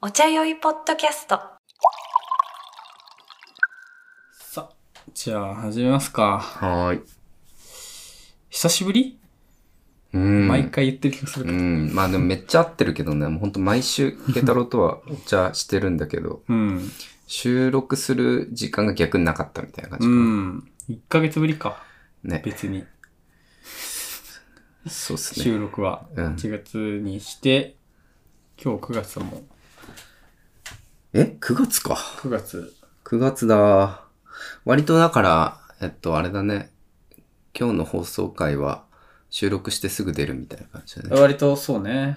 お茶酔いポッドキャスト。さ、じゃあ始めますか。はーい。久しぶり、うん。毎回言ってる気がするけうど。ん。まあでもめっちゃ合ってるけどね、もうほんと毎週、ケ太郎とはお茶してるんだ けど、うん。収録する時間が逆になかったみたいな感じうかな。ん。1ヶ月ぶりか。ね。別に。そうっすね。収録は。うん1月にして、今日9月だもん。え ?9 月か。 9月。 9月だ。割とだから、えっと、あれだね。今日の放送回は収録してすぐ出るみたいな感じだね。割とそうね。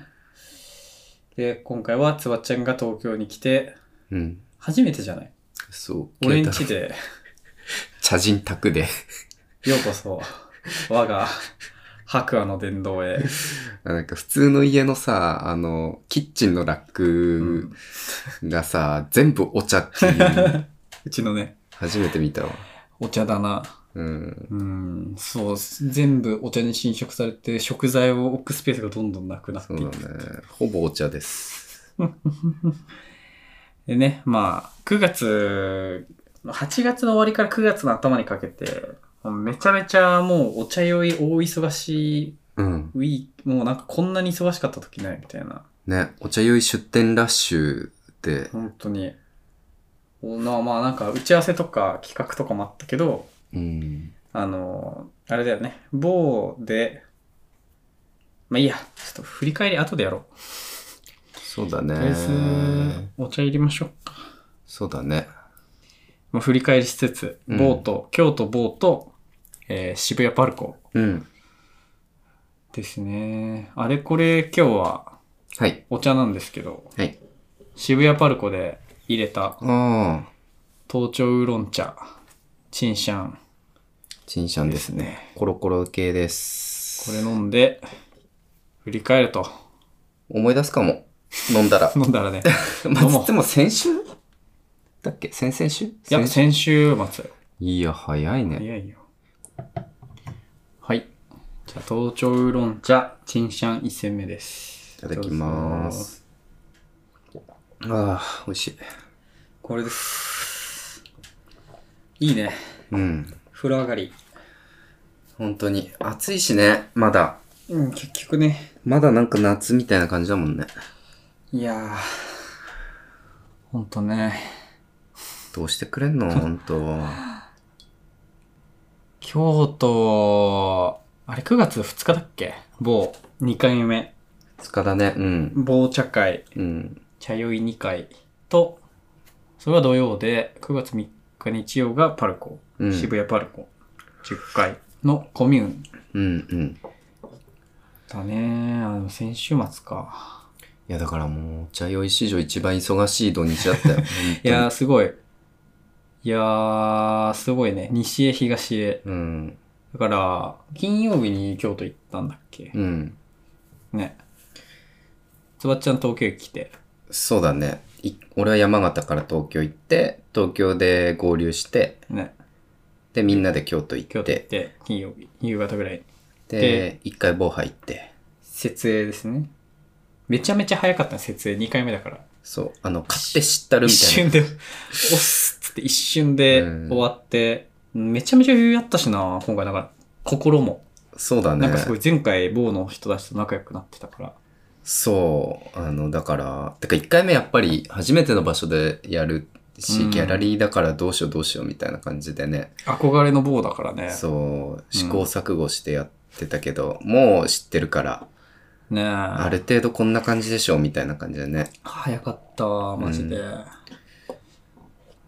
で、今回はつばちゃんが東京に来て、うん。初めてじゃないそう。俺んケ家イタロウで、茶人宅で。 ようこそ、我が白亜の殿堂へ。なんか普通の家のさ、あの、キッチンのラックがさ、全部お茶っていう、うちのね、初めて見たわ。お茶だな。うん。うん、そうっす、全部お茶に侵食されて、食材を置くスペースがどんどんなくなってそいくうだね。ほぼお茶です。でね、まあ、9月、8月の終わりから9月の頭にかけて、もうめちゃめちゃもうお茶酔い大忙しいうん。ウィーク、もうなんかこんなに忙しかった時ないみたいな。ね、お茶酔い出店ラッシュで、本当に。おなまあなんか打ち合わせとか企画とかもあったけど、うん。あの、あれだよね、某で、まあいいや、ちょっと振り返り後でやろう。そうだとりあえずね。、お茶入れましょうか。そうだね。まあ、振り返りしつつ、うんボート、京都ボート、えー渋谷パルコうん。ですね。あれこれ今日ははい。お茶なんですけど、はい。渋谷パルコで入れたああ、東京ウーロン茶、チンシャンチンシャンでですすね。ね。コロコロ系でこす。れ飲んで、振り返ると。。思い出すかも。飲んだら 飲んだらね。まどうもあ、つっても先週だっけ先々週いや、先先週末よ。いや、早いいね。やいよ。はい。じゃあ、東京ウーロン茶、チンシャン1戦目です。いただきまーどうぞ。す。ああ、美味しい。これです。いいね。うん。風呂上がり。本当に。暑いしね、まだ。うん、結局ね。まだなんか夏みたいな感じだもんね。いやー。ほんとね。どうしてくれん の本当。京都、あれ9月2日だっけ某2回目。疲だね。うん。某茶会、うん。茶酔い2回と、それは土曜で、9月3日日曜がパルコ。うん渋谷パルコ。10回のコミューン。うんうん。だねあの、先週末か。いや、だからもう、お茶酔い史上一番忙しい土日だ ったよ。いやー、本すごい。いやー、すごいね。西へ東へ。当にうん。だから、金曜日に京都行ったんだっけ、うん。ね。つばっちゃん東京駅来て。そうだね。い俺は山形から東京行って、東京で合流して、ね。で、みんなで京都行京っ、都行ってて、金曜日、夕方ぐらいに。でで、一回防波行って、設営ですね。めちゃめちゃ早かったね、設営。2回目だから。そう、あの、買って知ったる一みた瞬いな。で、押すっつって一瞬でうん終わって、めちゃめちゃ余裕あったしな、今回。だから、心も。そうだなんねか。すごい、前回、某の人たちと仲良くなってたから。そう、あの、だから、てか一回目やっぱり初めての場所でやるし、うんギャラリーだからどうしようどうしようみたいな感じでね、憧れの某だからね。そう、試行錯誤してやってたけど、もう知ってるから、ねえ。ある程度こんな感じでしょうみたいな感じでね。早かったわ、マジで。ううん。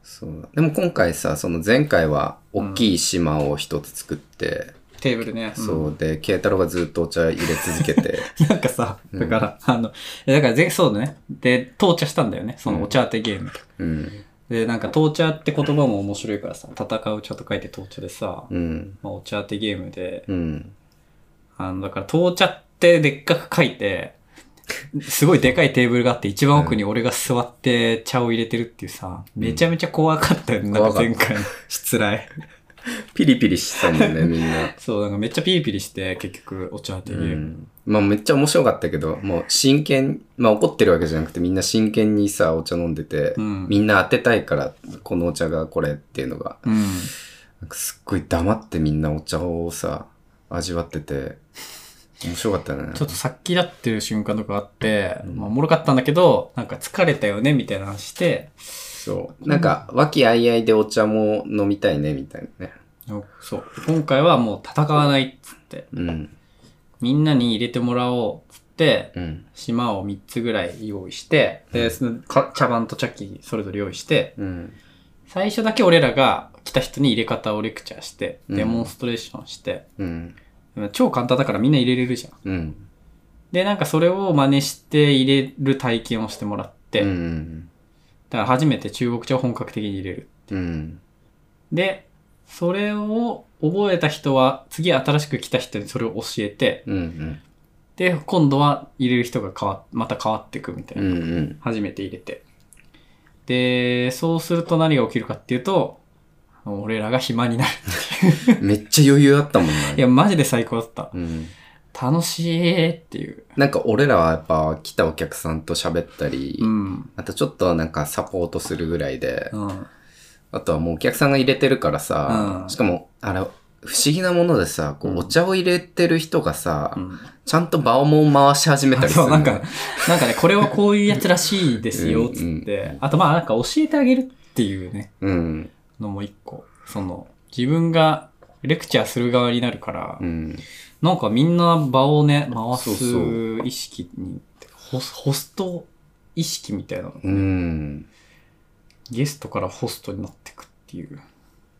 そうでも今回さ、その前回は大きい島を一つ作って、テーブルね。そうで、慶太郎がずっとお茶入れ続けて、うん。なんかさ、うんだから、あの、えだからぜ、そうだね。で、到茶したんだよね。そのうんお茶当てゲーム。うん、で、なんか、到茶って言葉も面白いからさ、戦う茶と書いて到茶でさ、うん、まあ、お茶当てゲームで、うん。あの、だから、到茶ってでっかく書いて、すごいでかいテーブルがあって、一番奥に俺が座って茶を入れてるっていうさ、んめちゃめちゃ怖かったよね。なんか前怖か回の失礼。ピリピリしてたもんね、みんな。そう、なんかめっちゃピリピリして、結局、お茶当てうゲーム。ん、まあめっちゃ面白かったけど、もう真剣、まあ怒ってるわけじゃなくてみんな真剣にさ、お茶飲んでて、うんみんな当てたいから、このお茶がこれっていうのが、うん。なんかすっごい黙ってみんなお茶をさ、味わってて、面白かったね。ちょっとさっきだってる瞬間とかあって、うんまあ、おもろかったんだけど、なんか疲れたよね、みたいな話して、そう。なんか、和気あいあいでお茶も飲みたいね、みたいなね。そう。今回はもう戦わないっつって、うん。みんなに入れてもらおうっつって、うん。島を3つぐらい用意して、うで、んそのか茶碗と茶器それぞれ用意して、うん。最初だけ俺らが来た人に入れ方をレクチャーして、うんデモンストレーションして、うん。超簡単だからみんな入れれるじゃん。うん。で、なんかそれを真似して入れる体験をしてもらって、うんだから初めて中国茶を本格的に入れる。うん。うん。で、それを覚えた人は、次新しく来た人にそれを教えて、うん。うん。で、今度は入れる人が変わ、また変わっていくみたいな。うん。うん。初めて入れて。で、そうすると何が起きるかっていうと、俺らが暇になる。めっちゃ余裕あったもんな。いや、マジで最高だった。うん。楽しいっていう。なんか俺らはやっぱ来たお客さんと喋ったり、うん。あとちょっとなんかサポートするぐらいで、うん。あとはもうお客さんが入れてるからさ、うんしかも、あれ、不思議なものでさ、こううんお茶を入れてる人がさ、うんちゃんと場をも回し始めたりすそるう、のなんか、なんかね、これはこういうやつらしいですよ、つっうんうて。あと、まあ、なんか教えてあげるっていうね、うん。のも一個。その、自分がレクチャーする側になるからう、ん。なんかみんな場をね、回そうそす意識に、ホスホスト意識みたいなのうん。ゲストからホストになってくっていう。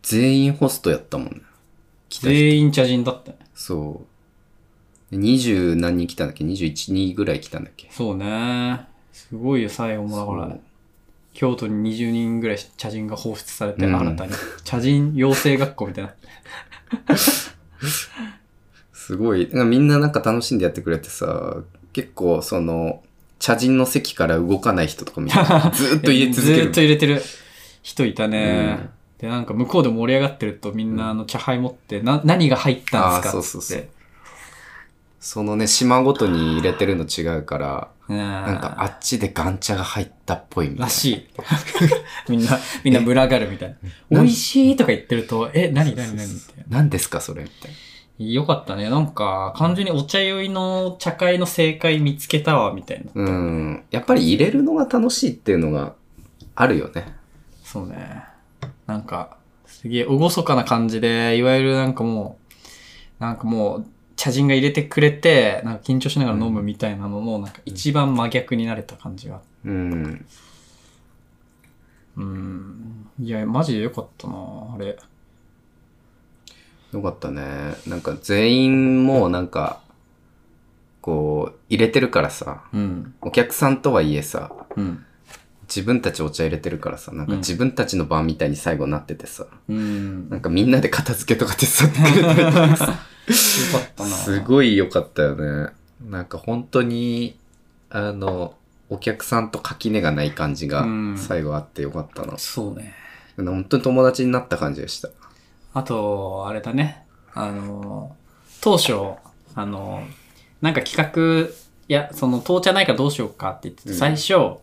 全員ホストやったもんね。来た人全員茶人だったね。そう。二十何人来たんだっけ ?21 人ぐらい来たんだっけそうね。すごいよ、最後もだかそらう。京都に20人ぐらい茶人が放出されて、うん新たに。茶人養成学校みたいな。すごい。なんかみんななんか楽しんでやってくれてさ、結構その、茶人の席から動かない人とか みたいな。ずーっと入れ続けずーるっと。入れてる人いたね。で、なんか向こうで盛り上がってるとみんなあの茶杯持って、な、何が入ったんですかっつって。あーそうそうそうそのね、島ごとに入れてるの違うから、ななんかあっちでガン茶が入ったっぽいみたいらな。しい。 みんな、みんな群がるみたいな。美味しいとか言ってると、え、何何何みたいな。何ですかそれみたいよかったね。なんか、完全にお茶酔いの茶会の正解見つけたわ、みたいな。な。うん。やっぱり入れるのが楽しいっていうのがあるよね。そうね。なんか、すげえ厳かな感じで、いわゆるなんかもう、なんかもう、茶人が入れてくれて、なんか緊張しながら飲むみたいなのの、なんか一番真逆になれた感じが。うん。うん。いや、マジでよかったなあれ。よかったね。なんか全員もうなんか、こう、入れてるからさ、うん。お客さんとはいえさ、うん。自分たちお茶入れてるからさ、なんかうん自分たちの番みたいに最後なっててさ、うん。なよんかみんなで片付けとか 手伝ってくれたりとかさかったなすごい良かったよね。なんか本当に、あの、お客さんと垣根がない感じがうん最後あってよかったな。そうね。本当に友達になった感じでした。あと、あれだね。あの、当初、あの、なんか企画、いや、その、当茶ないからどうしようかって言ってて、うん最初、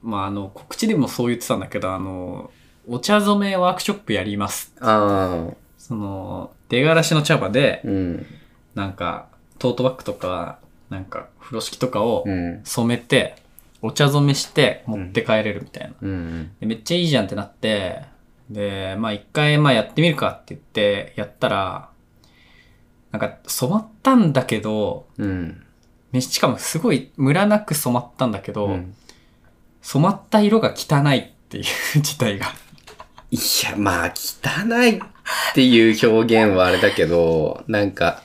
まあ、あの、告知でもそう言ってたんだけど、あの、お茶染めワークショップやります。ああ、その、出がらしの茶葉で、うん、なんか、トートバッグとか、なんか、風呂敷とかをうん、染めて、お茶染めして持って帰れるみたいな。うん、でめっちゃいいじゃんってなって、で、まあ一回まあやってみるかって言って、やったら、なんか染まったんだけど、うん。めしかもすごいムラなく染まったんだけど、うん染まった色が汚いっていう 事態が。いや、まあ、汚いっていう表現はあれだけど、なんか、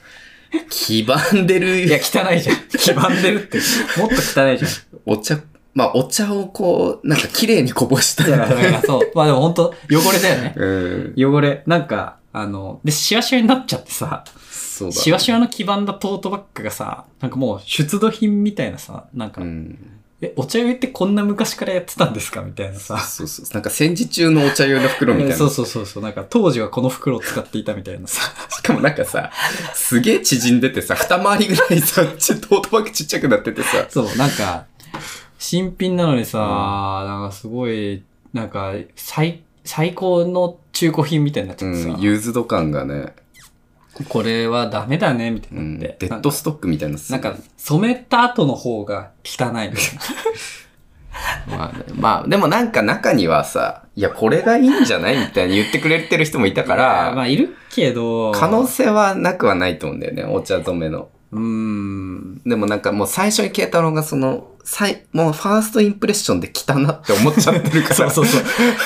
黄ばんでいや、る汚いじ ゃん。黄ばんでるって。もっと汚いじゃん。お茶、まあ、お茶をこう、なんか綺麗にこぼしただから、ら そう。まあでも本当汚れだよね。 うん、汚れ。なんか、あの、で、シワシワになっちゃってさ、そうだ。シワシワの黄ばんだトートバッグがさ、なんかもう出土品みたいなさ、なんか、うん。え、お茶湯ってこんな昔からやってたんですかみたいなさ。そうそう。なんか戦時中のお茶用の袋みたいな。そうそうそうそう。なんか当時はこの袋を使っていたみたいな さ。しかもなんかさ、すげえ縮んでてさ、二回りぐらいさ、ちトートバッグちっちゃくなっててさ。そう、なんか、新品なのにさ、なんかすごい、なんか、最、最高の中古品みたいになっちうゃってさ、ん、ユーズド感がね、これはダメだね、みたいうにん、なって。デッドストックみたいななんか、染めた後の方が汚いみたい な。まあね、まあ、でもなんか中にはさ、いや、これがいいんじゃないみたいに言ってくれてる人もいたかいや まら、あ、いるけど、可能性はなくはないと思うんだよね、お茶染めの。うーん。でもなんかもう最初に慶太郎がその、最、もうファーストインプレッションで来たなって思っちゃってる から。 そうそうそ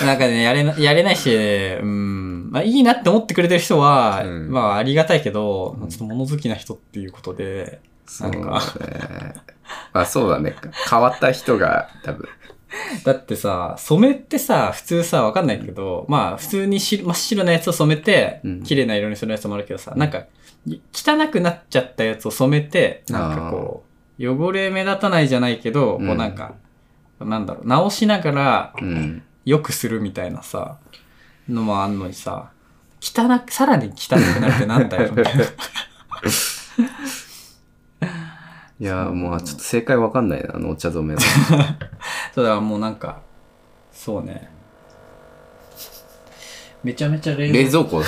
う。なんかね、やれな、やれないし、うん、まあいいなって思ってくれてる人は、うんまあありがたいけど、うんちょっと物好きな人っていうことで、そうだねなんか。まあそうだね。変わった人が多分。だってさ、染めってさ、普通さ、わかんないけど、まあ普通にし真っ白なやつを染めてうん、綺麗な色にするやつもあるけどさ、なんか、い汚くなっちゃったやつを染めて、なんかこう、汚れ目立たないじゃないけど、うんこうなんか、なんだろう、直しながらうん。良くするみたいなさ、のもあんのにさ、汚く、さらに汚くなるってなんだよ、みたいな。いやー、もうちょっと正解わかんないな、あのお茶染 めの。そうだ、もうなんか、そうね。めちゃめちゃ冷冷蔵庫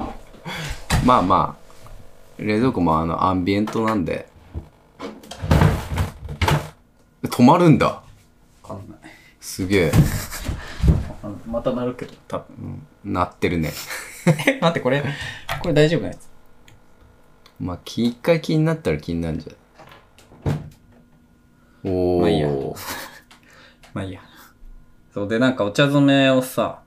まあまあ、冷蔵庫もあのアンビエントなんで。止まるんだ。庫。わかんない。すげえ。あのまたなるけど、多 分。なってるね。え、待って、これ、これ大丈夫なやつまあ、気一回気になったら気になるんじゃないおー。まあいいやまあいいや。そう、で、なんかお茶染めをさ、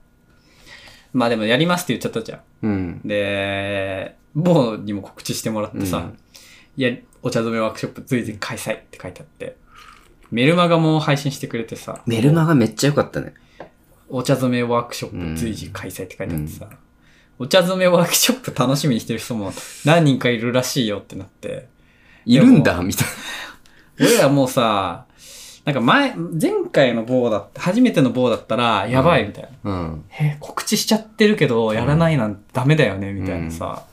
まあでもやりますって言っちゃったじゃうん。。んで、某にも告知してもらってさ、うんいや、お茶染めワークショップ随時開催って書いてあって、メルマガも配信してくれてさ、メルマがめっちゃ良かったね。お茶染めワークショップ随時開催って書いてあってさ、お茶染めワークショップ楽しみにしてる人も何人かいるらしいよってなって、いるんだみたい俺らもうさ、なんか前、前回の棒だった、初めての棒だったら、やばいみたいな。な。うん。え、告知しちゃってるけど、やらないなんてダメだよね、みたいなさ。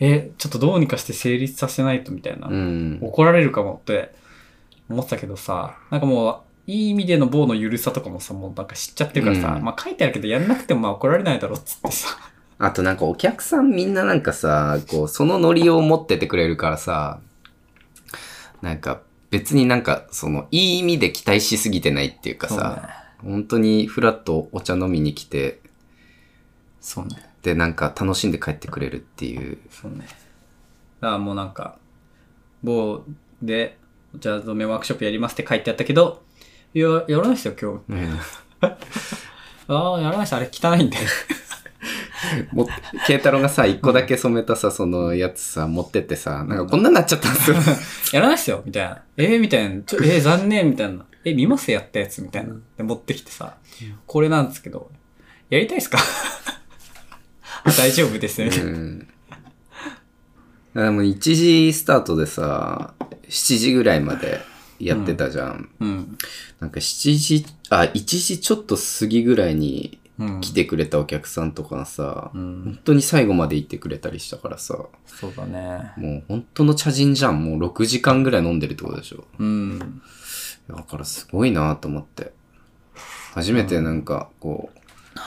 え、ちょっとどうにかして成立させないと、みたいな。うん。怒られるかもって思ってたけどさ、なんかもう、いい意味での棒の緩さとかもさ、もうなんか知っちゃってるからさ、うんまあ書いてあるけどやんなくてもまあ怒られないだろうっつってさ。あとなんかお客さんみんななんかさ、こう、そのノリを持っててくれるからさ、なんか別になんかその、いい意味で期待しすぎてないっていうかさ、本当にフラッとお茶飲みに来て、そうね。でなんか楽しんで帰ってくれるっていう。そうね。だからもうなんか、某で、お茶染めワークショップやりますって書いてあったけど、いや、やらないですよ、今日。ああ、やらないです。あれ汚いんで。も、慶太郎がさ、一個だけ染めたさ、そのやつさ、持ってってさ、なんかこんなになっちゃったんですよ。やらないっすよみたいな。えーみたい な。ちょえー残念みたいな。え見ますやったやつみたいな。で、持ってきてさ、これなんですけど、やりたいっすか あ大丈夫ですね。みたいなうん。でも1時スタートでさ、7時ぐらいまでやってたじゃん。うん。なんか7時、あ、1時ちょっと過ぎぐらいにうん。来てくれたお客さんとかがさ、うん。本当に最後まで行ってくれたりしたからさ、そうだね。もう本当の茶人じゃん。もう6時間ぐらい飲んでるってことでしょ。うん。だからすごいなと思って。初めてなんか、こ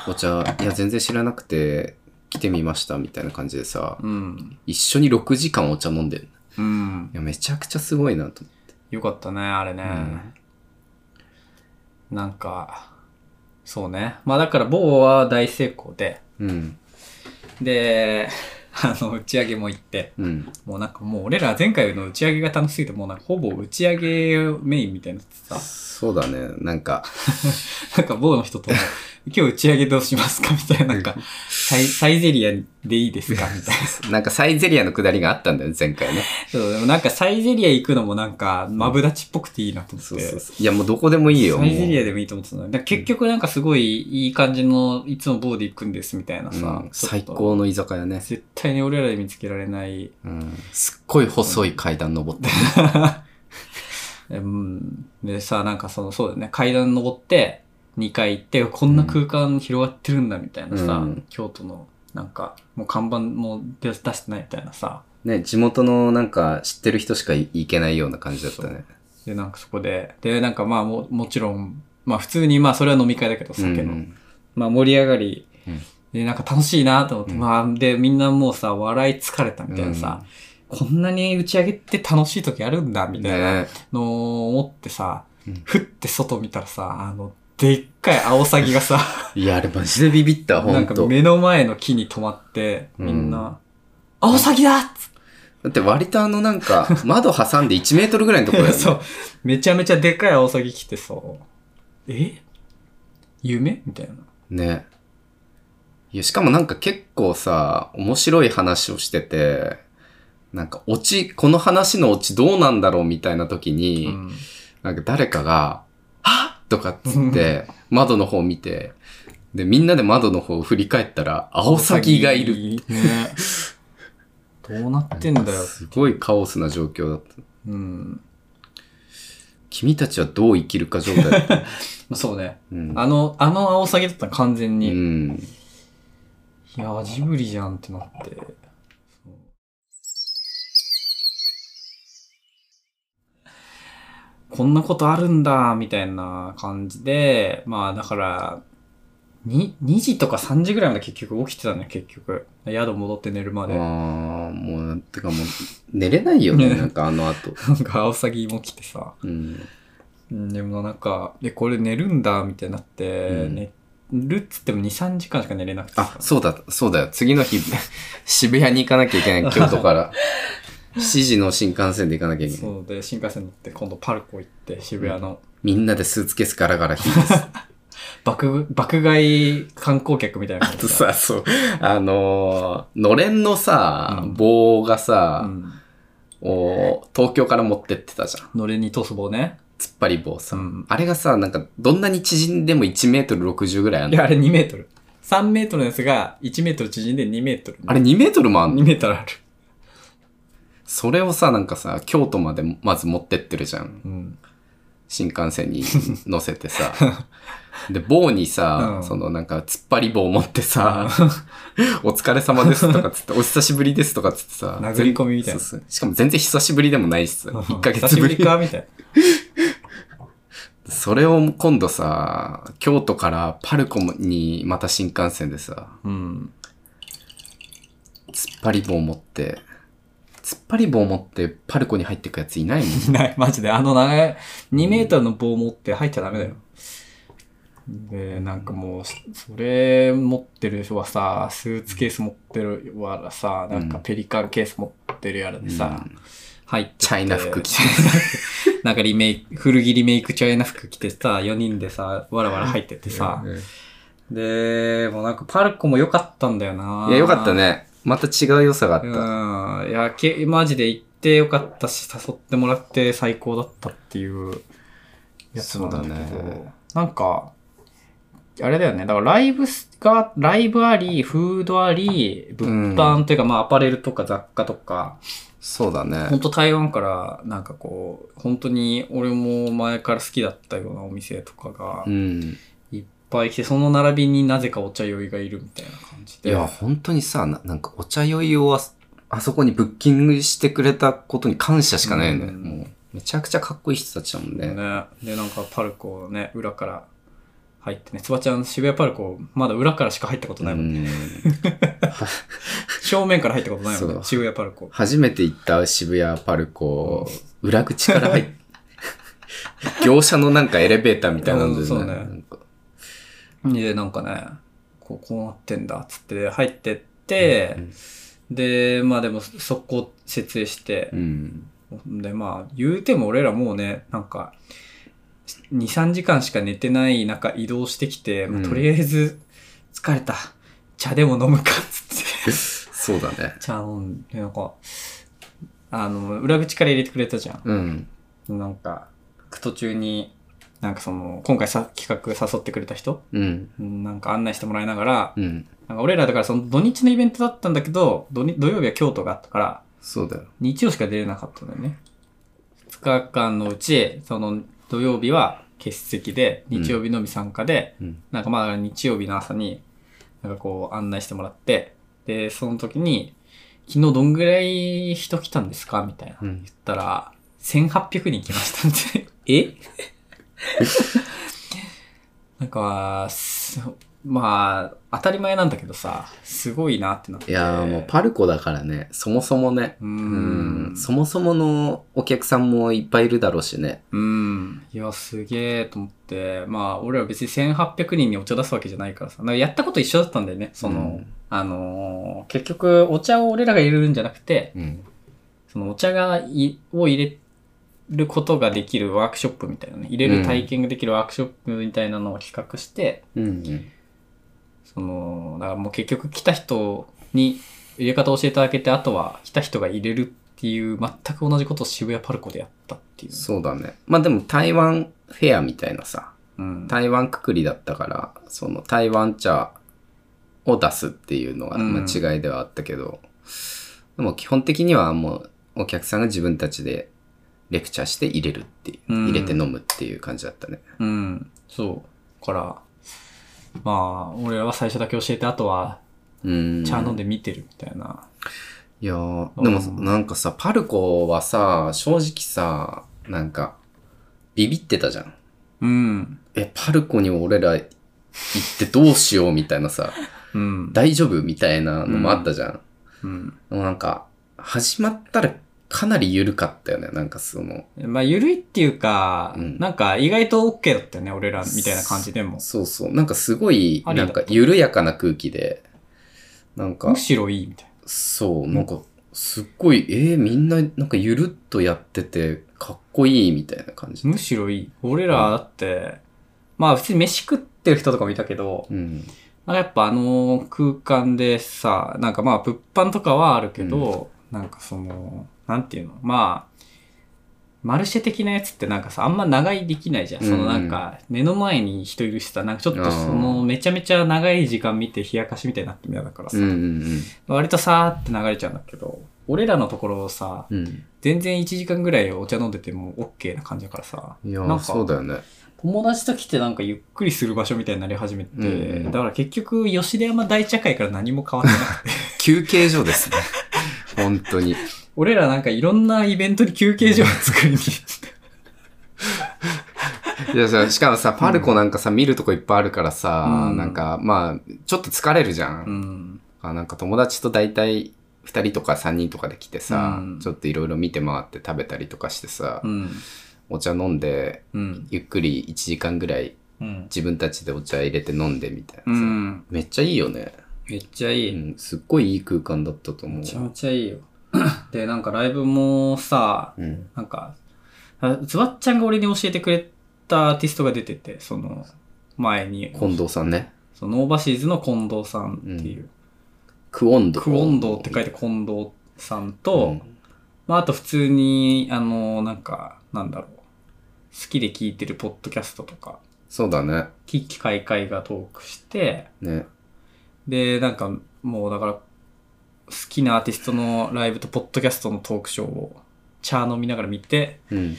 う、お茶、いや、全然知らなくて、来てみましたみたいな感じでさ、うん。一緒に6時間お茶飲んでる。うんい。や、めちゃくちゃすごいなと思って。よかったね、あれね。うんなんか、そうね。まあだから、某は大成功で、うん。で、 あの、打ち上げも行って、うん。もうなんかもう俺ら前回の打ち上げが楽しすぎて、もうなんかほぼ打ち上げメインみたいになってさ、 そうだね。なんか、なんか某の人とも、 今日打ち上げどうしますかみたいな、なんか、サイサイゼリアでいいですかみたい な。なんかサイゼリアのくだりがあったんだよね、前回ね。そう、でもなんかサイゼリア行くのもなんか、マブダチっぽくていいなと思って。そうそうそう。いや、もうどこでもいいよ。サイゼリアででもいいと思ってたのにだから結局なんかすごいいい感じの、いつも棒で行くんですみたいなさ。うちょっん、と最。高の居酒屋ね。絶対に俺らで見つけられない。うん。すっごい細い階段登って。うん、でさ、なんかその、そうだよね、階段登って、2階行って、こんな空間広がってるんだみたいなさ、うん京都の、なんか、もう看板も出出してないみたいなさ、ね、地元のなんか知ってる人しかい行けないような感じだったね。で、なんかそこで、で、なんかまあも、もちろん、まあ普通に、まあそれは飲み会だけど、酒の。うんまあ盛り上がり、うんで、なんか楽しいなと思って、うんまあ、で、みんなもうさ、笑い疲れたみたいなさ、こんなに打ち上げって楽しい時あるんだ、みたいなねのを思ってさ、うんふって外見たらさ、あの、でっかいアオサギが さ、いや、あれマジでビビった、ほなんんかと。目の前の木に止まって、みんうんな、アオサギだっつっだって割とあのな んか、窓挟んで1メートルぐらいのとこて、ろだよね。そう、めちゃめちゃでっかいアオサギ来てさ、え夢みたいな。 ね。いや、しかもなんか結構さ、面白い話をしてて、なんかオチ、この話のオチどうなんだろうみたいな時に、うんなんか誰かが、はっとかっつって、窓の方見て、で、みんなで窓の方を振り返ったら、アオサギがいる。。ね。どうなってんだ よ。すごいカオスな状況だった。うん。君たちはどう生きるか状態だ った。そうね。うん。あの、あのアオサギだったら完全うに。いん。やー、ジブリじゃんってなって。こんなことあるんだ、みたいな感じで、まあだから、に2時とか3時ぐらいまで結局起きてたね、結局。宿戻って寝るまあで。ーもう、てかもう、寝れないよね、ねなんかあの後。なんかアオサギも来てさ。うん。うんでもなんか、え、これ寝るんだ、みたいになって、うん寝るっつっても2、3時間しか寝れなくてさあ、そうだ、そうだよ。次の日、 渋谷に行かなきゃいけない、京都 から。7時の新幹線で行かなきゃいけない。そうで、新幹線乗って今度パルコ行って、渋谷のみんなでスーツケースガラガラ引いてさ。爆、爆買い観光客みたいなあとさ、 そう、あのーのれんのさ、うん棒がうさ、ん、お東京から持ってってたじゃん。のれんに塗装棒ね。突っ張り棒さ。うんあれがさ、なんか、どんなに縮んでも1メートル60ぐらいいあるの。や、あれ2メートル。3メートルのやつが1メートル縮んで2メートル。あれ2メートルもあんの ?2 メートルある。それをさ、なんかさ、京都までまず持ってってるじゃん。うん。新幹線に乗せ てさ。で、棒にさ、うんそのなんか突っ張り棒持っ てさ、お疲れ様ですとかつって、お久しぶりですとかつってさ、殴り込みみたいなそうそうしかも全然久しぶりでもないし さ、1ヶ久月しぶぶりり。かみたいそれを今度さ、京都からパルコにまた新幹線でさ、な。うん。突っ張り棒持って、突っ張り棒持ってパルコに入ってくやついないもん。 いない、マジで。あの長い、2メートルの棒持って入っちゃダメだよ。で、なんかもう、そそれ持ってる人はさ、スーツケース持ってるわらさ、なんかペリカンケース持ってるやらでさ、うん入っててチャイナ 服着て。なんかリメイク、古着リメイクチャイナ服着てさ、4人でさ、わらわら入ってってさ、で、もうなんかパルコも良かったんだよないや、よかった。ね。また違う良さがあった。うん。いや、け、マジで行ってよかったし、誘ってもらって最高だったっていうやつなんだけど。そうだねなんか、あれだよね。だからライブが、ライブあり、フードあり、物販というか、まあアパレルとか雑貨とか、そうだほんね。と台湾からなんかこう、本当に俺も前から好きだったようなお店とかがうん。いっぱい来て、その並びになぜかお茶酔いがいるみたいな感じいで。や、本当にさ、ななんかお茶酔いをああそこにブッキングしてくれたことに感謝しかないよね。うんもう、めちゃくちゃかっこいい人たちだもんね。ね。で、なんかパルコをね、裏から入ってね、つばちゃん渋谷パルコ、まだ裏からしか入ったことうないもんね。ん 正面から入ったことないもんそねう、渋谷パルコ。初めて行った渋谷パルコ、裏口か ら入っ業者のなんかエレベーターみたいなので、うんそうねなんかで、なんかね、こう、こうなってんだ、っつって入ってって、で、まあでも、速攻設営してう、ん。で、まあ、言うても俺らもうね、なんか、2、3時間しか寝てない中移動してきて、まあうんとりあえず、疲れた。茶でも飲むか、つって。 そうだね。茶飲んで、なんか、あの、裏口から入れてくれたじゃうん。ん。なんか、途中に、なんかその、今回さ、企画誘ってくれた人うん。うんなんか案内してもらいながら、うん。なんか俺らだからその土日のイベントだったんだけど、土日土曜日は京都があったから、そうだよ。日曜しか出れなかったんだよね。2日間のうち、その土曜日は欠席で、うん日曜日のみ参加で、うんなんかまあ日曜日の朝に、なんかこう案内してもらって、で、その時に、昨日どんぐらい人来たんですかみたいな。う言っんたら、1800人来ましたって。 えなんか、そうまあ、当たり前なんだけどさ、すごいなってなって。いやーもうパルコだからね、そもそもね。うー。うんそもそものお客さんもいっぱいいるだろうしね。うん。いや、すげえと思って、まあ、俺ら別に1800人にお茶出すわけじゃないからさ、なんかやったこと一緒だったんだよね。その、うんあのー結局、お茶を俺らが入れるんじゃなくて、うん。そのお茶がいを入れることができるワークショップみたいなね、入れる体験ができるワークショップみたいなのを企画して、うん。その、だからもう結局来た人に入れ方を教えてあげて、あとは来た人が入れるっていう、全く同じことを渋谷パルコでやったっていう。そうだね。まあでも台湾フェアみたいなさ、うん。台湾くくりだったから、その台湾茶を出すっていうのがうんまあ違いではあったけど、でも基本的にはもうお客さんが自分たちでレクチャーして入れるっていう、うん入れて飲むっていう感じだったね。うん。そう。から、まあ、俺らは最初だけ教えて、あとはうん。茶飲んで見てるみたいな。いやーうんでもなんかさ、パルコはさ、正直さ、なんか、ビビってたじゃん。うん。え、パルコに俺ら行ってどうしようみたいな さ、うん。大丈夫みたいなのもあったじゃん。うん。でもなんか、始まったらかなり緩かったよね。なんかその、まあ、ゆるいっていうか、うんなんか意外と OK だったよね、俺らみたいな感じでも。そうそう、なんかすごい、ありだなっんたか緩やかな空気で、なんかむ、しろいいみたいな。そう、なんか、すっごい、えー、みんな、なんかゆるっとやってて、かっこいいみたいな感じで。むしろいい。俺らだって、まあ、普通に飯食ってる人とかもいたけど、うん。なんかやっぱあの空間でさ、なんかまあ物販とかはあるけど、なんかその、なんていうの、まあ、マルシェ的なやつってなんかさ、あんま長居できないじゃん。うんそのなんか、目の前に人いるしさ、なんかちょっとあーその、めちゃめちゃ長い時間見て冷やかしみたいになってみただからさ、うんうん割とさーって流れちゃうんだけど、俺らのところをさ、うん。うん全然1時間ぐらいお茶飲んでても OK な感じだからさ、いやなんーかそうだよね。友達と来てなんかゆっくりする場所みたいになり始めて、うんうだんから結局吉出山大茶会から何も変わってなくて休憩所ですね。本当に。 俺らなんかいろんなイベントに休憩所を作りに行っていやさ、しかもさ、パルコなんかさ、見るとこいっぱいあるからさ、うんなんか、まあ、ちょっと疲れるじゃん。うんあなんか友達と大体2人とか3人とかで来てさ、うんちょっといろいろ見て回って食べたりとかしてさ、うんお茶飲んで、うんゆっくり1時間ぐらいうん、自分たちでお茶入れて飲んでみたいなさ、めっちゃいいよね。めっちゃいい、うん、すっごいいい空間だったと思うめ。ちゃめちゃいいよ でなんかライブもさうん。なんかあズワッちゃんが俺に教えてくれたアーティストが出ててその前に近藤さんね。そのノーバシーズの近藤さんっていう、クオンド。クオンドって書いて近藤さんと、うんまあ、あと普通に、あの、なんか、なんだろう。好きで聞いてるポッドキャストとか、そうだね。キッキカイカイがトークして、ね。で、なんか、もうだから、好きなアーティストのライブとポッドキャストのトークショーを、茶飲みながら見て、うん。い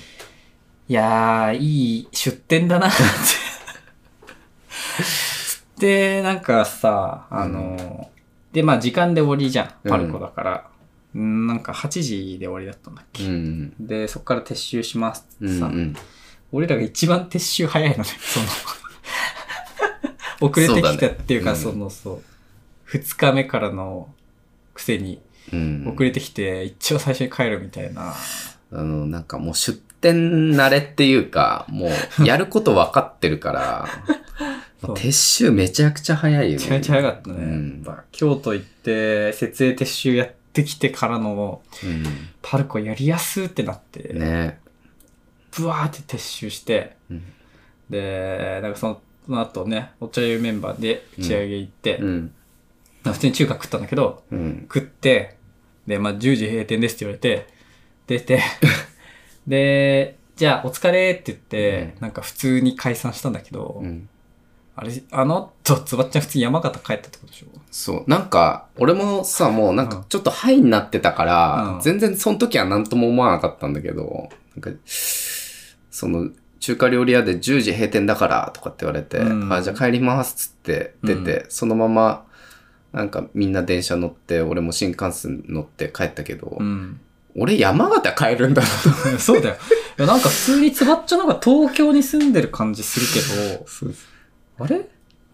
やー、いい出店だなって。で、なんかさ、あの、で、まあ時間で終わりじゃん。パルコだから。うん、なんか8時で終わりだったんだっうけ。ん。で、そこから撤収します。うんうさ、ん。俺らが一番撤収早いのね、 その、遅れてきたっていうか、そそうだの、そう、二日目からのくせに、うん遅れてきて、一応最初に帰るみたいな。あの、なんかもう出店慣れっていうか、もうやること分かってるから、 そう撤収めちゃくちゃ早いめよね。ちゃめちゃ早かったうねん。やっぱ京都行って、設営撤収やってきてからの、パルコやりやすってなっうん、て、ね、ブワーって撤収して、うん。で、なんかその、その後ね、お茶湯メンバーで打ち上げ行って、うん。普通に中華食ったんだけど、うん。食って、で、まあ、10時閉店ですって言われて、出 て、で、じゃあお疲れって言って、うなんか普通に解散したんだけど、うんあれ、あの後、つばっちゃん普通に山形帰ったってことでしょそう。なんか、俺もさ、もうなんうんかちょっとハイになってたから、うん全然その時は何とも思わなかったんだけど、なんか、その、中華料理屋で10時閉店だからとかって言われて、うんあ、じゃあ帰りますっつって出て、そのまま、なんかみんな電車乗って、俺も新幹線乗って帰ったけど、うん。俺山形帰るんだなと。 そうだよ。いやなんか普通につばっちょなんか東京に住んでる感じするけど、あれ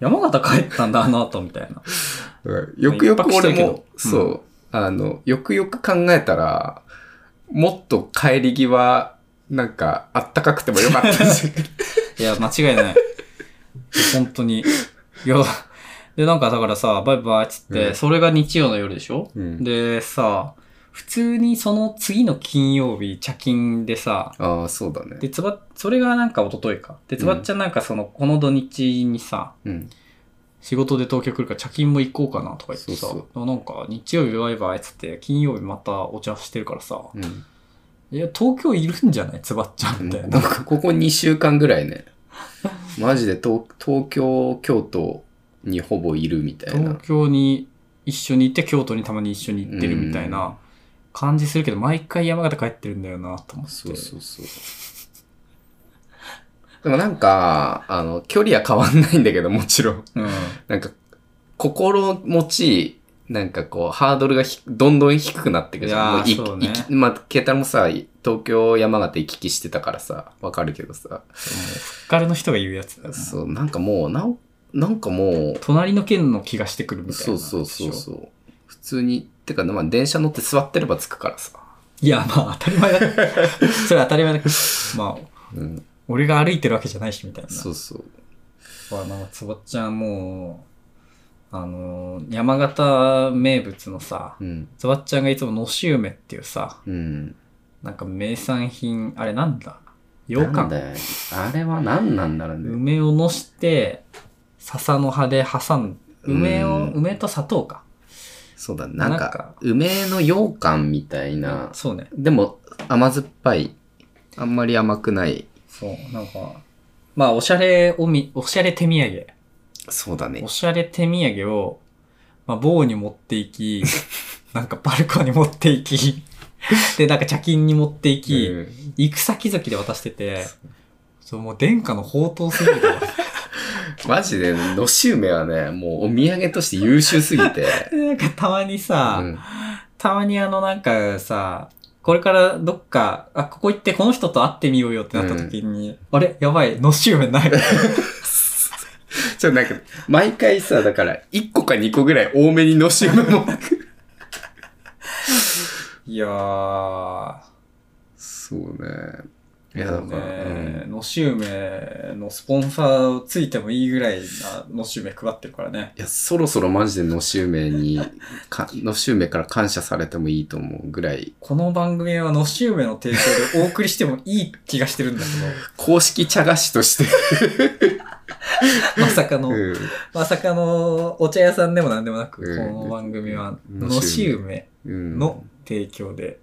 山形帰ったんだ、あの後、みたいな。よくよく俺一泊してるけども、そう、あの、よくよく考えたら、もっと帰り際、なんか、あったかくてもよかったし。 いや、間違いない。本当に。いや、で、なんかだからさ、バイバイっつって、うんそれが日曜の夜でしょ、うんで、さ、普通にその次の金曜日、茶金でさ、ああ、そうだね。で、つば、それがなんか一昨日か。で、つばっちゃんなんかその、この土日にさ、うん。仕事で東京来るから茶金も行こうかなとか言ってさ、そうなんか日曜日バイバイっつって、金曜日またお茶してるからさ、うんいや、東京いるんじゃないつばっちゃんみたいな。なんか、ここ2週間ぐらいね。マジで東東京、京都にほぼいるみたいな東。京に一緒に行って、京都にたまに一緒に行ってるみたいな感じするけど、毎回山形帰ってるんだよなと思って。そうそうそう。でもなんか、あの、距離は変わんないんだけど、もちろん。うん。なんか、心持ち、なんかこう、ハードルがひどんどん低くなってくるじゃん。いやーもそうね行きまあ、ケータもさ、東京、山形行き来してたからさ、わかるけどさ、ふっかるの人が言うやつだよなそう、なんかもう、なんなんかも隣の県の気がしてくるみう、たいなそうでしょ。そうそうそう。普通に、てか、まあ、電車乗って座ってれば着くからさ。いや、まあ当たり前だ。 それ当たり前だけど、まあ、うん、俺が歩いてるわけじゃないし、みたいな。そうそう。はなんかつばっちゃんもうあのー山形名物のさうん。つばっちゃんがいつものし梅っていうさうん。なんか名産品あれなんだ羊なん羹だよ。あれは何なんだろうね。梅をのして笹の葉で挟ん梅うをん梅と砂糖かそうだ、なんなんかか、梅の羊羹みたいな。そうねでも甘酸っぱい。あんまり甘くない。そうなんかまあおしゃれおみおしゃれ手土産そうだねお。しゃれ手土産を、まあ、棒に持ってい きなんかバルコに持っていきでなんか茶巾に持っていき、行く先々で渡してて、そう、もう殿下の宝刀すぎて、 マジで、のし梅はね、もうお土産として優秀すぎて。 なんかたまにさ、うんたまにあのなんかさ、これからどっか、あ、ここ行ってこの人と会ってみようよってなった時に、あれやばい、のし梅ない。ちょっとなんか、毎回さ、だから、1個か2個ぐらい多めにのし梅も。 いやー、そうね。いいや、だから、ね、のし梅のスポンサーをついてもいいぐらいなのし梅配ってるからね。いや、そろそろマジでのし梅に、かのし梅から感謝されてもいいと思うぐらい、この番組はのし梅の提供でお送りしてもいい気がしてるんだけ公式茶菓子として。 ど、まさかの、うんまさかのお茶屋さんでも何でもなく、うんこの番組は、ののしし梅梅うんの提供で。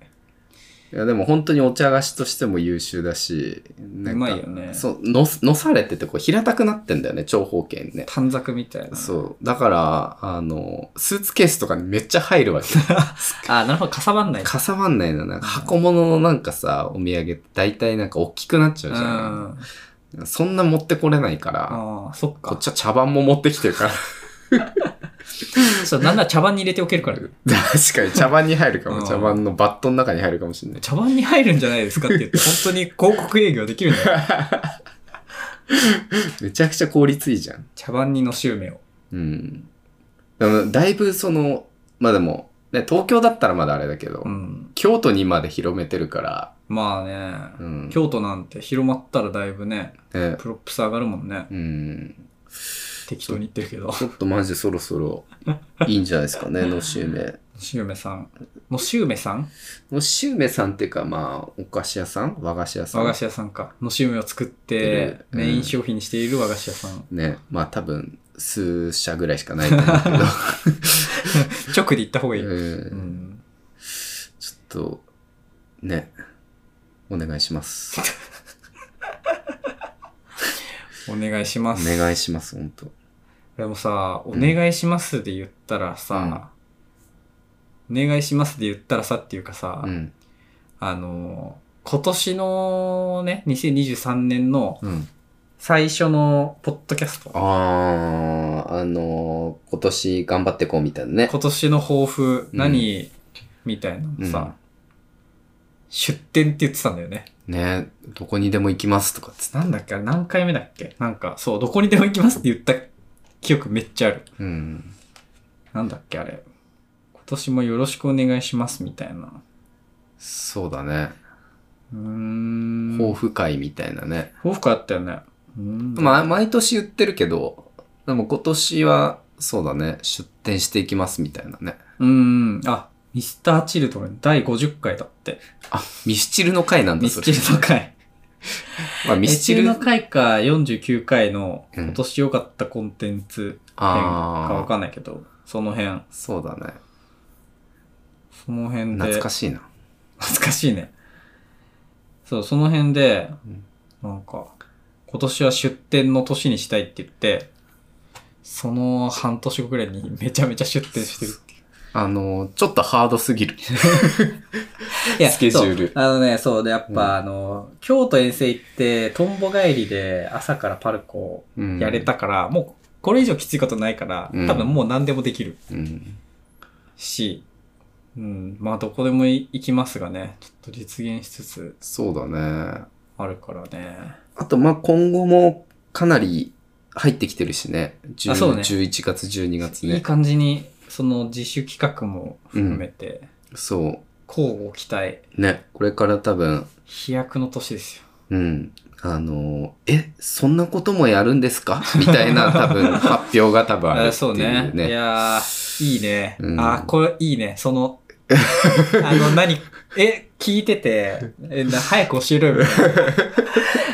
いやでも本当にお茶菓子としても優秀だし、なうんかまいよねそう、の、のされててこう平たくなってんだよね、長方形にね。短冊みたいな。そう。だから、あの、スーツケースとかにめっちゃ入 るわけ。あ、なるほど、かさばんない。かさばんないな。なんか箱物のなんかさ、お土産って大体なんか大きくなっちゃう。うんじゃあん。そんな持ってこれないから、あ、そっこっか。ちは茶碗も持ってきてるから。 そうなんなら茶番に入れておけるから。確かに茶碗に入るかうも。ん茶碗のバットの中に入るかもしれな い。茶番に入るんじゃないですかって言って、本当に広告営業できるんだよ。めちゃくちゃ効率いいじゃん。茶番にのし梅を。うん。でもだいぶその、まあでも、ね、東京だったらまだあれだけど、うん。京都にまで広めてるから、まあうね、ん。京都なんて広まったらだいぶね、ねプロップス上がるもんね。うん。適当に言ってるけど。のちょっとマジでそろそろいいんじゃないです かね、のし梅。し梅さん。のし梅さんのし梅さんっていうか、まあ、お菓子屋さん和菓子屋さん和菓子屋さんか。のし梅を作って、うんメイン商品にしている和菓子屋さん。ね、まあ多分、数社ぐらいしかないと 思うけど、直で行った方がいい。ううんん。ちょっと、ね、お願いします。 お願いしまおす。願いします、本当でもさ、おん願いしますで言ったらさ、お願いしますで言ったらさっていうかさ、うん。あのー、今年のね、2023年のうん。最初のポッドキャスト。あー、あのー今年頑張ってこうみたいなね。今年の抱負、何、みたいなのさ、うん出店って言ってたんだよね。ね、どこにでも行きますとかっつって。なんだっけあれ何回目だっけなんか、そう、どこにでも行きますって言った記憶めっちゃある。うん。なんだっけあれ。今年もよろしくお願いしますみたいな。そうだね。うーん。抱負会みたいなね。抱負会あったよね。うーん。まあ、毎年言ってるけど、でも今年は、そうだね、出店していきますみたいなね。うーん。あ、ミスターチルドレン第50回だって。あ、ミスチルの会なんだミスチルの回。それ まあ、ミミススチチルルの回か49回のうん今年良かったコンテンツ編かわああ、かんないけど、その辺、そうだね。その辺で。懐かしいな。懐かしいね。そう、その辺でうん、なんか、今年は出店の年にしたいって言って、その半年後くらいにめちゃめちゃ出店してるっていあの、ちょっとハード すぎる。う。いや スケジュールそうあのね、そうで、やっぱ、うんあの、京都遠征行って、とんぼ帰りで朝からパルコうんやれ。たから、もう、これ以上きついことないから、うん多分もう何でもできるうん。し、うん、まあどこでもい行きますがね、ちょっと実現しつつそうだね。あるからね。あと、まあ、今後もかなり入ってきてるしね。10あそうね11月、12月いいね。感じに、その自主企画も含めて、そ交互期待、う。ね。これから多分、飛躍の年ですよ。うん。あの、え、そんなこともやるんです かみたいな多分、発表が多分あるあっていそううねね。。いやー、いいね。うんあー、これいいね。そ の、あの、何、え、聞いてて、えな早く教えろよみたい な。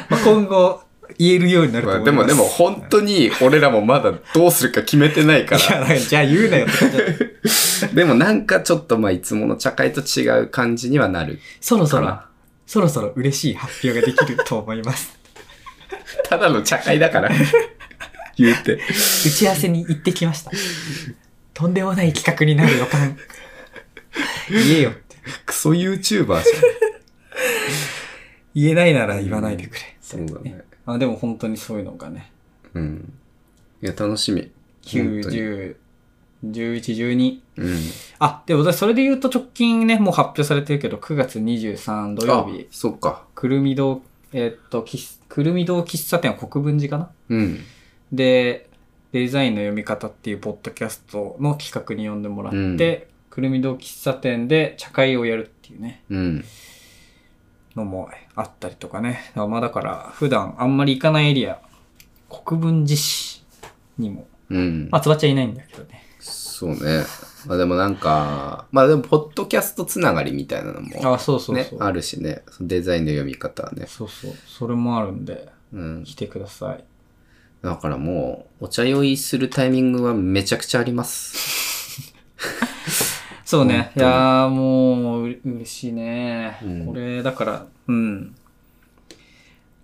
まあ今後、言えるようになるとまあ思でいまも、す。でも本当に俺らもまだどうするか決めてないかいや、ら。なんかじゃあ言うなよって感じだ った。でもなんかちょっとまあいつもの茶会と違う感じにはなる。そろそかろな、そろそろ嬉しい発表ができると思います。ただの茶会だ から。言うて。打ち合わせに行ってきました。とんでもない企画になる予感。言えよって。クソ YouTuber 言えないなら言わないでくれ。じゃん。そうだね。あでも本当にそういうのがね。うん。いや、楽しみ。 9、本当に10、11、12。うん。あ、でも私それで言うと直近ね、もう発表されてるけど、9月23土曜日あ、、そっか。くるみ堂、えっと、きくるみ堂喫茶店は国分寺かなうん。で、デザインの読み方っていうポッドキャストの企画に呼んでもらって、くるみ堂喫茶店で茶会をやるっていうね、うん。のもあったりとかね。だからまあだから、普段あんまり行かないエリア、国分寺市にもうん。まあ、つばちゃんいないんだけどね。そうね。まあでもなんか、まあでも、ポッドキャストつながりみたいなのも、ね、あ、そうそうそう。あるしね。そのデザインの読み方はね。そうそう。それもあるんで、うん。来てください。だからもう、お茶酔いするタイミングはめちゃくちゃあります。そうねい本。当にやー、もう、う嬉しいね。うんこれ、だから、うん。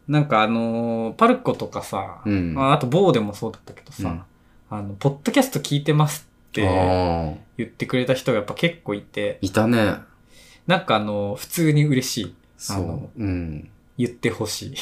なんかあのーパルコとかさ、うんああと、某でもそうだったけどさ、うんあの、ポッドキャスト聞いてますってああ。言ってくれた人がやっぱ結構いて、いたね。なんかあのー普通に嬉しい。あそのう。うん。言ってほしい。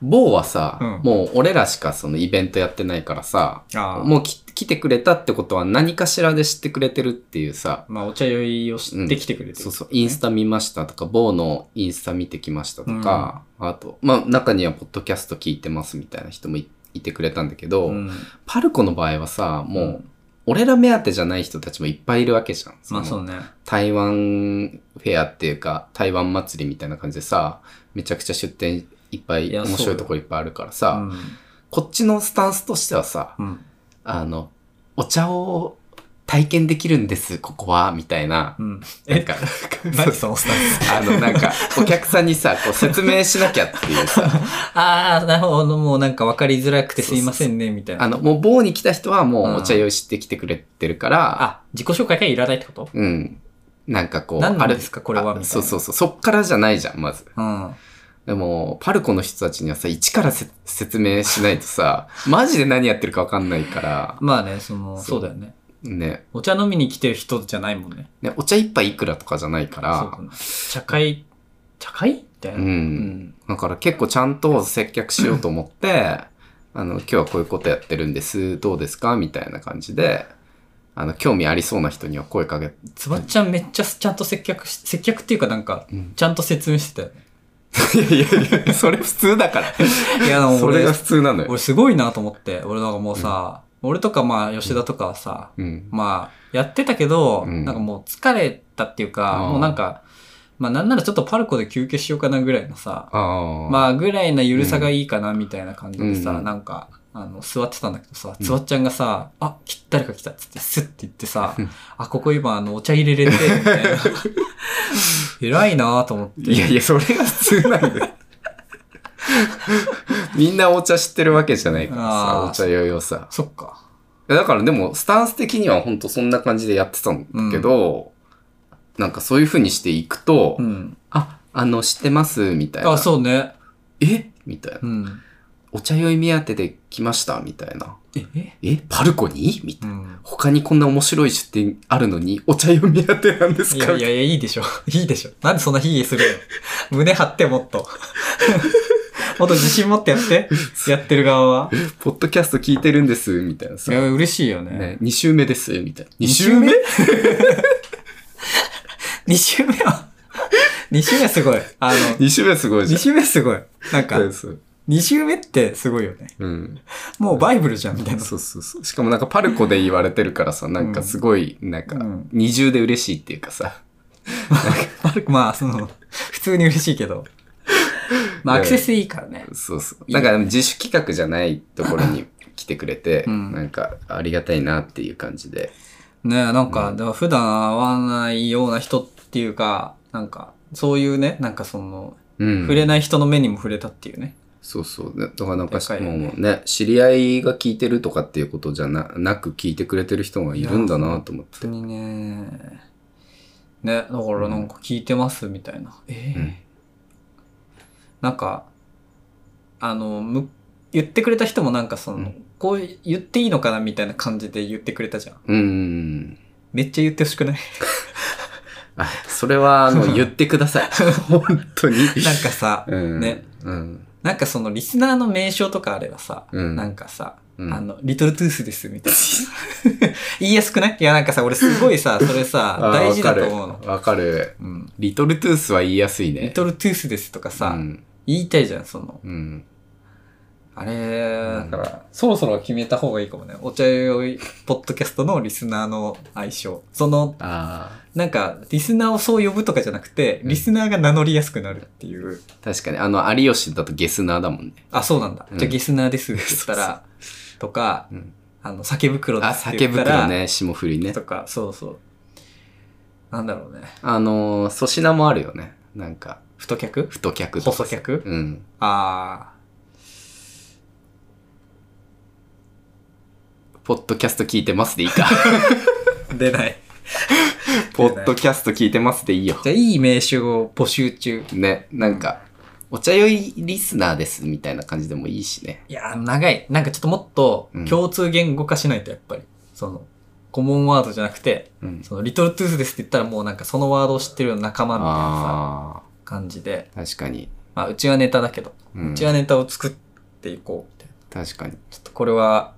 某はさ、うんもう俺らしかそのイベントやってないからさ、あーもうき来てくれたってことは何かしらで知ってくれてるっていうさ、まあ、お茶酔いを知ってきてくれてる、そうそう、インスタ見ましたとか、某のインスタ見てきましたとか、あと、まあ中にはポッドキャスト聞いてますみたいな人もいいてくれたんだけど、うんパルコの場合はさ、もううん俺ら目当てじゃない人たちもいっぱいいるわけじゃん。まあのそうね。台湾フェアっていうか、台湾祭りみたいな感じでさ、めちゃくちゃ出店いっぱいいや面そう白いよところいっぱいあるからさ、うんこっちのスタンスとしてはさ、うん。あの、お茶を体験できるんです、ここは、みたいなう。ん。なんえ、 か、 何そのスタンスあの、なんか、お客さんにさ、こう説明しなきゃっていうさ、 ああ、なるほど。もうなんか分かりづらくてすいませんね、みたいな。あの、もう棒に来た人はもうお茶用意してきてくれてるから、あ、自己紹介がいらないってことうん。なんかこう、何なんあれですかこれはみたいなそうそうそう。そっからじゃないじゃん、まず。うん。でも、パルコの人たちにはさ、一からせ説明しない とさ、マジで何やってるかわかんないから、まあね、その、そそううだよね。ね。お茶飲みに来てる人じゃないもんね。ねお茶一杯いくらとかじゃないかそうだら、ね。茶会高いみたいな。うんだから結構ちゃんと接客しようと思って、 あの、今日はこういうことやってるんです、どうですかみたいな感じで、あの、興味ありそうな人には声かけ、つばっちゃんめっちゃちゃんと接客し、接客っていうかなんか、うんちゃんと説明してたよね。いやいやいや、それ普通だから。いや、でも それ俺が、普通なのよ。俺すごいなと思って、俺なんかもうさ、俺とかまあ吉田とかはさ、うん。まあ、やってたけど、うんなんかもう疲れたっていうか、うんもうなんか、まあなんならちょっとパルコで休憩しようかなぐらいのさ、ああ。まあぐらいな緩さがいいかなみたいな感じでさ、うんなんか、あの、座ってたんだけどさ、うんつわっちゃんがさ、あ、き誰か来たっつって、スッて言ってさうん、あ、ここ今あの、お茶入れれて、みたい な。偉いなと思って。いやいや、それが普通なんだよ。 みんなお茶知ってるわけじゃないからあさー、お茶用よさ。そっか。いやだからでも、スタンス的にはほんとそんな感じでやってたんだけど、なんかそういう風にしていくと、うん。あ、あの、知ってますみたいな。あ、そうね。えみたいなう。ん。お茶酔い目当てで来ましたみたいな。えええパルコにみたいな。うん。他にこんな面白い出店あるのに、お茶酔い目当てなんですいかやいやいや、いいでしょ。 いいでしょ。なんでそんな卑下するの 胸張ってもっと。 もっと自信持ってやって。やってる側は。ポッドキャスト聞いてるんです、みたいなさ。いや、嬉しいよね。ね、2週目です、みたいな。二2週週 目目 ?2 週目 は ?2 週目はすごい。あの、二週目すごいじ2ゃん。週目すごい。なんか、そうそう2週目ってすごいよね。うん。もうバイブルじゃん、みたいな。そうそうそう。しかもなんかパルコで言われてるからさ、なんかすごい、なんかうん、二重で嬉しいっていうかさ。 まあ、その、普通に嬉しいけ ど。まあ、アクセスいいからね。そうそう。なんか自主企画じゃないところに 来てくれて、うんなんかありがたいなっていう感じで。ねえ、なんか、うんだから普段会わないような人っていうか、なんか、そういうね、なんかその、うん。触れない人の目にも触れたっていうね。そうそう。ねだからなんかでかいよねもうね、知り合いが聞いてるとかっていうことじゃななく聞いてくれてる人がいるんだなと思本って当。にね。ね、だからなんか聞いてますみたいな。ええうんなんか、あの、む言ってくれた人もなんかその、うんこう言っていいのかなみたいな感じで言ってくれたじゃん。うん。めっちゃ言ってほしくない あ、それは、あの、言ってくださ い。本当に。なんかさ、うん。ね。うん。なんかそのリスナーの名称とかあればさ、うんなんかさ、うんあの、リトルトゥースですみたいな。 言いやすくないいやなんかさ、俺すごいさ、それさ、あー大事だと思うわの。かるわかる。うん。リトルトゥースは言いやすいね。リトルトゥースですとかさ、うん。言いたいじゃん、その。うん。あれ、だんから、そろそろ決めた方がいいかもね。お茶酔い、ポッドキャストのリスナーの相性。その、あなんか、リスナーをそう呼ぶとかじゃなくて、うんリスナーが名乗りやすくなるっていう。あ、確かに。あの、有吉だとゲスナーだもんね。あ、そうなんだ。うんじゃあ、ゲスナーですって言 ったら、とか、うんあの、酒袋あ、ですって酒言ったら、袋ね、霜降りねと。か、そうそう。なんだろうね。あのー、粗品もあるよね。なんか、太客太客とか。細客うん。あポッドキャスト聞いてますでい いか。ー、出ない。ポッドキャスト聞いてますでいいよ。じゃあ、いい名手を募集中。ね、なんか、お茶酔いリスナーですみたいな感じでもいいしね。いやー、長い。なんかちょっともっとうん共通言語化しないと、やっぱり。その、コモンワードじゃなくて、うん。その、リトルトゥースですって言ったらもうなんかそのワードを知ってるような仲間みたいなさ、あ感じで。あ、確かに。まあ、うちはネタだけど、うんうちはネタを作っていこう、みたいな。確かに。ちょっとこれは、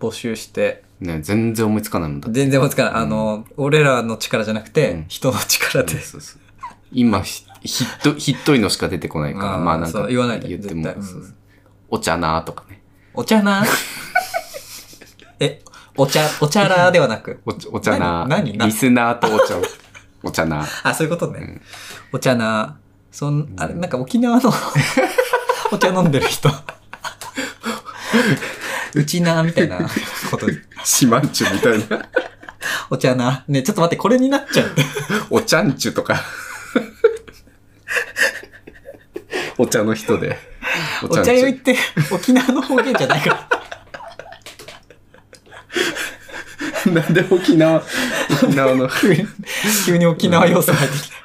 募集して、ね、全然思いつかないもんだって全然思いつかない。あの、俺らの力じゃなくて、うん人の力で。そうそう今ひひっとひっといのしか出てこないからあーまあなんそかう言わないで言って絶も対うんそうそうお茶なーとかねお茶な え、お茶、お茶らではな く。おお茶なー何何リスナーとお 茶をお茶なーあ、そういうことね。うんお茶な、そん、あれ、うんなんか沖 縄のお茶飲んでる 人。うちな、みたいなことで。シマンチュみたい なお茶な。ね、ちょっと待って、これになっちゃう。おちゃんちゅと かお茶の人でお茶酔いって沖縄の方言じゃないから。なんで沖縄沖縄の急に沖縄要素入ってきた。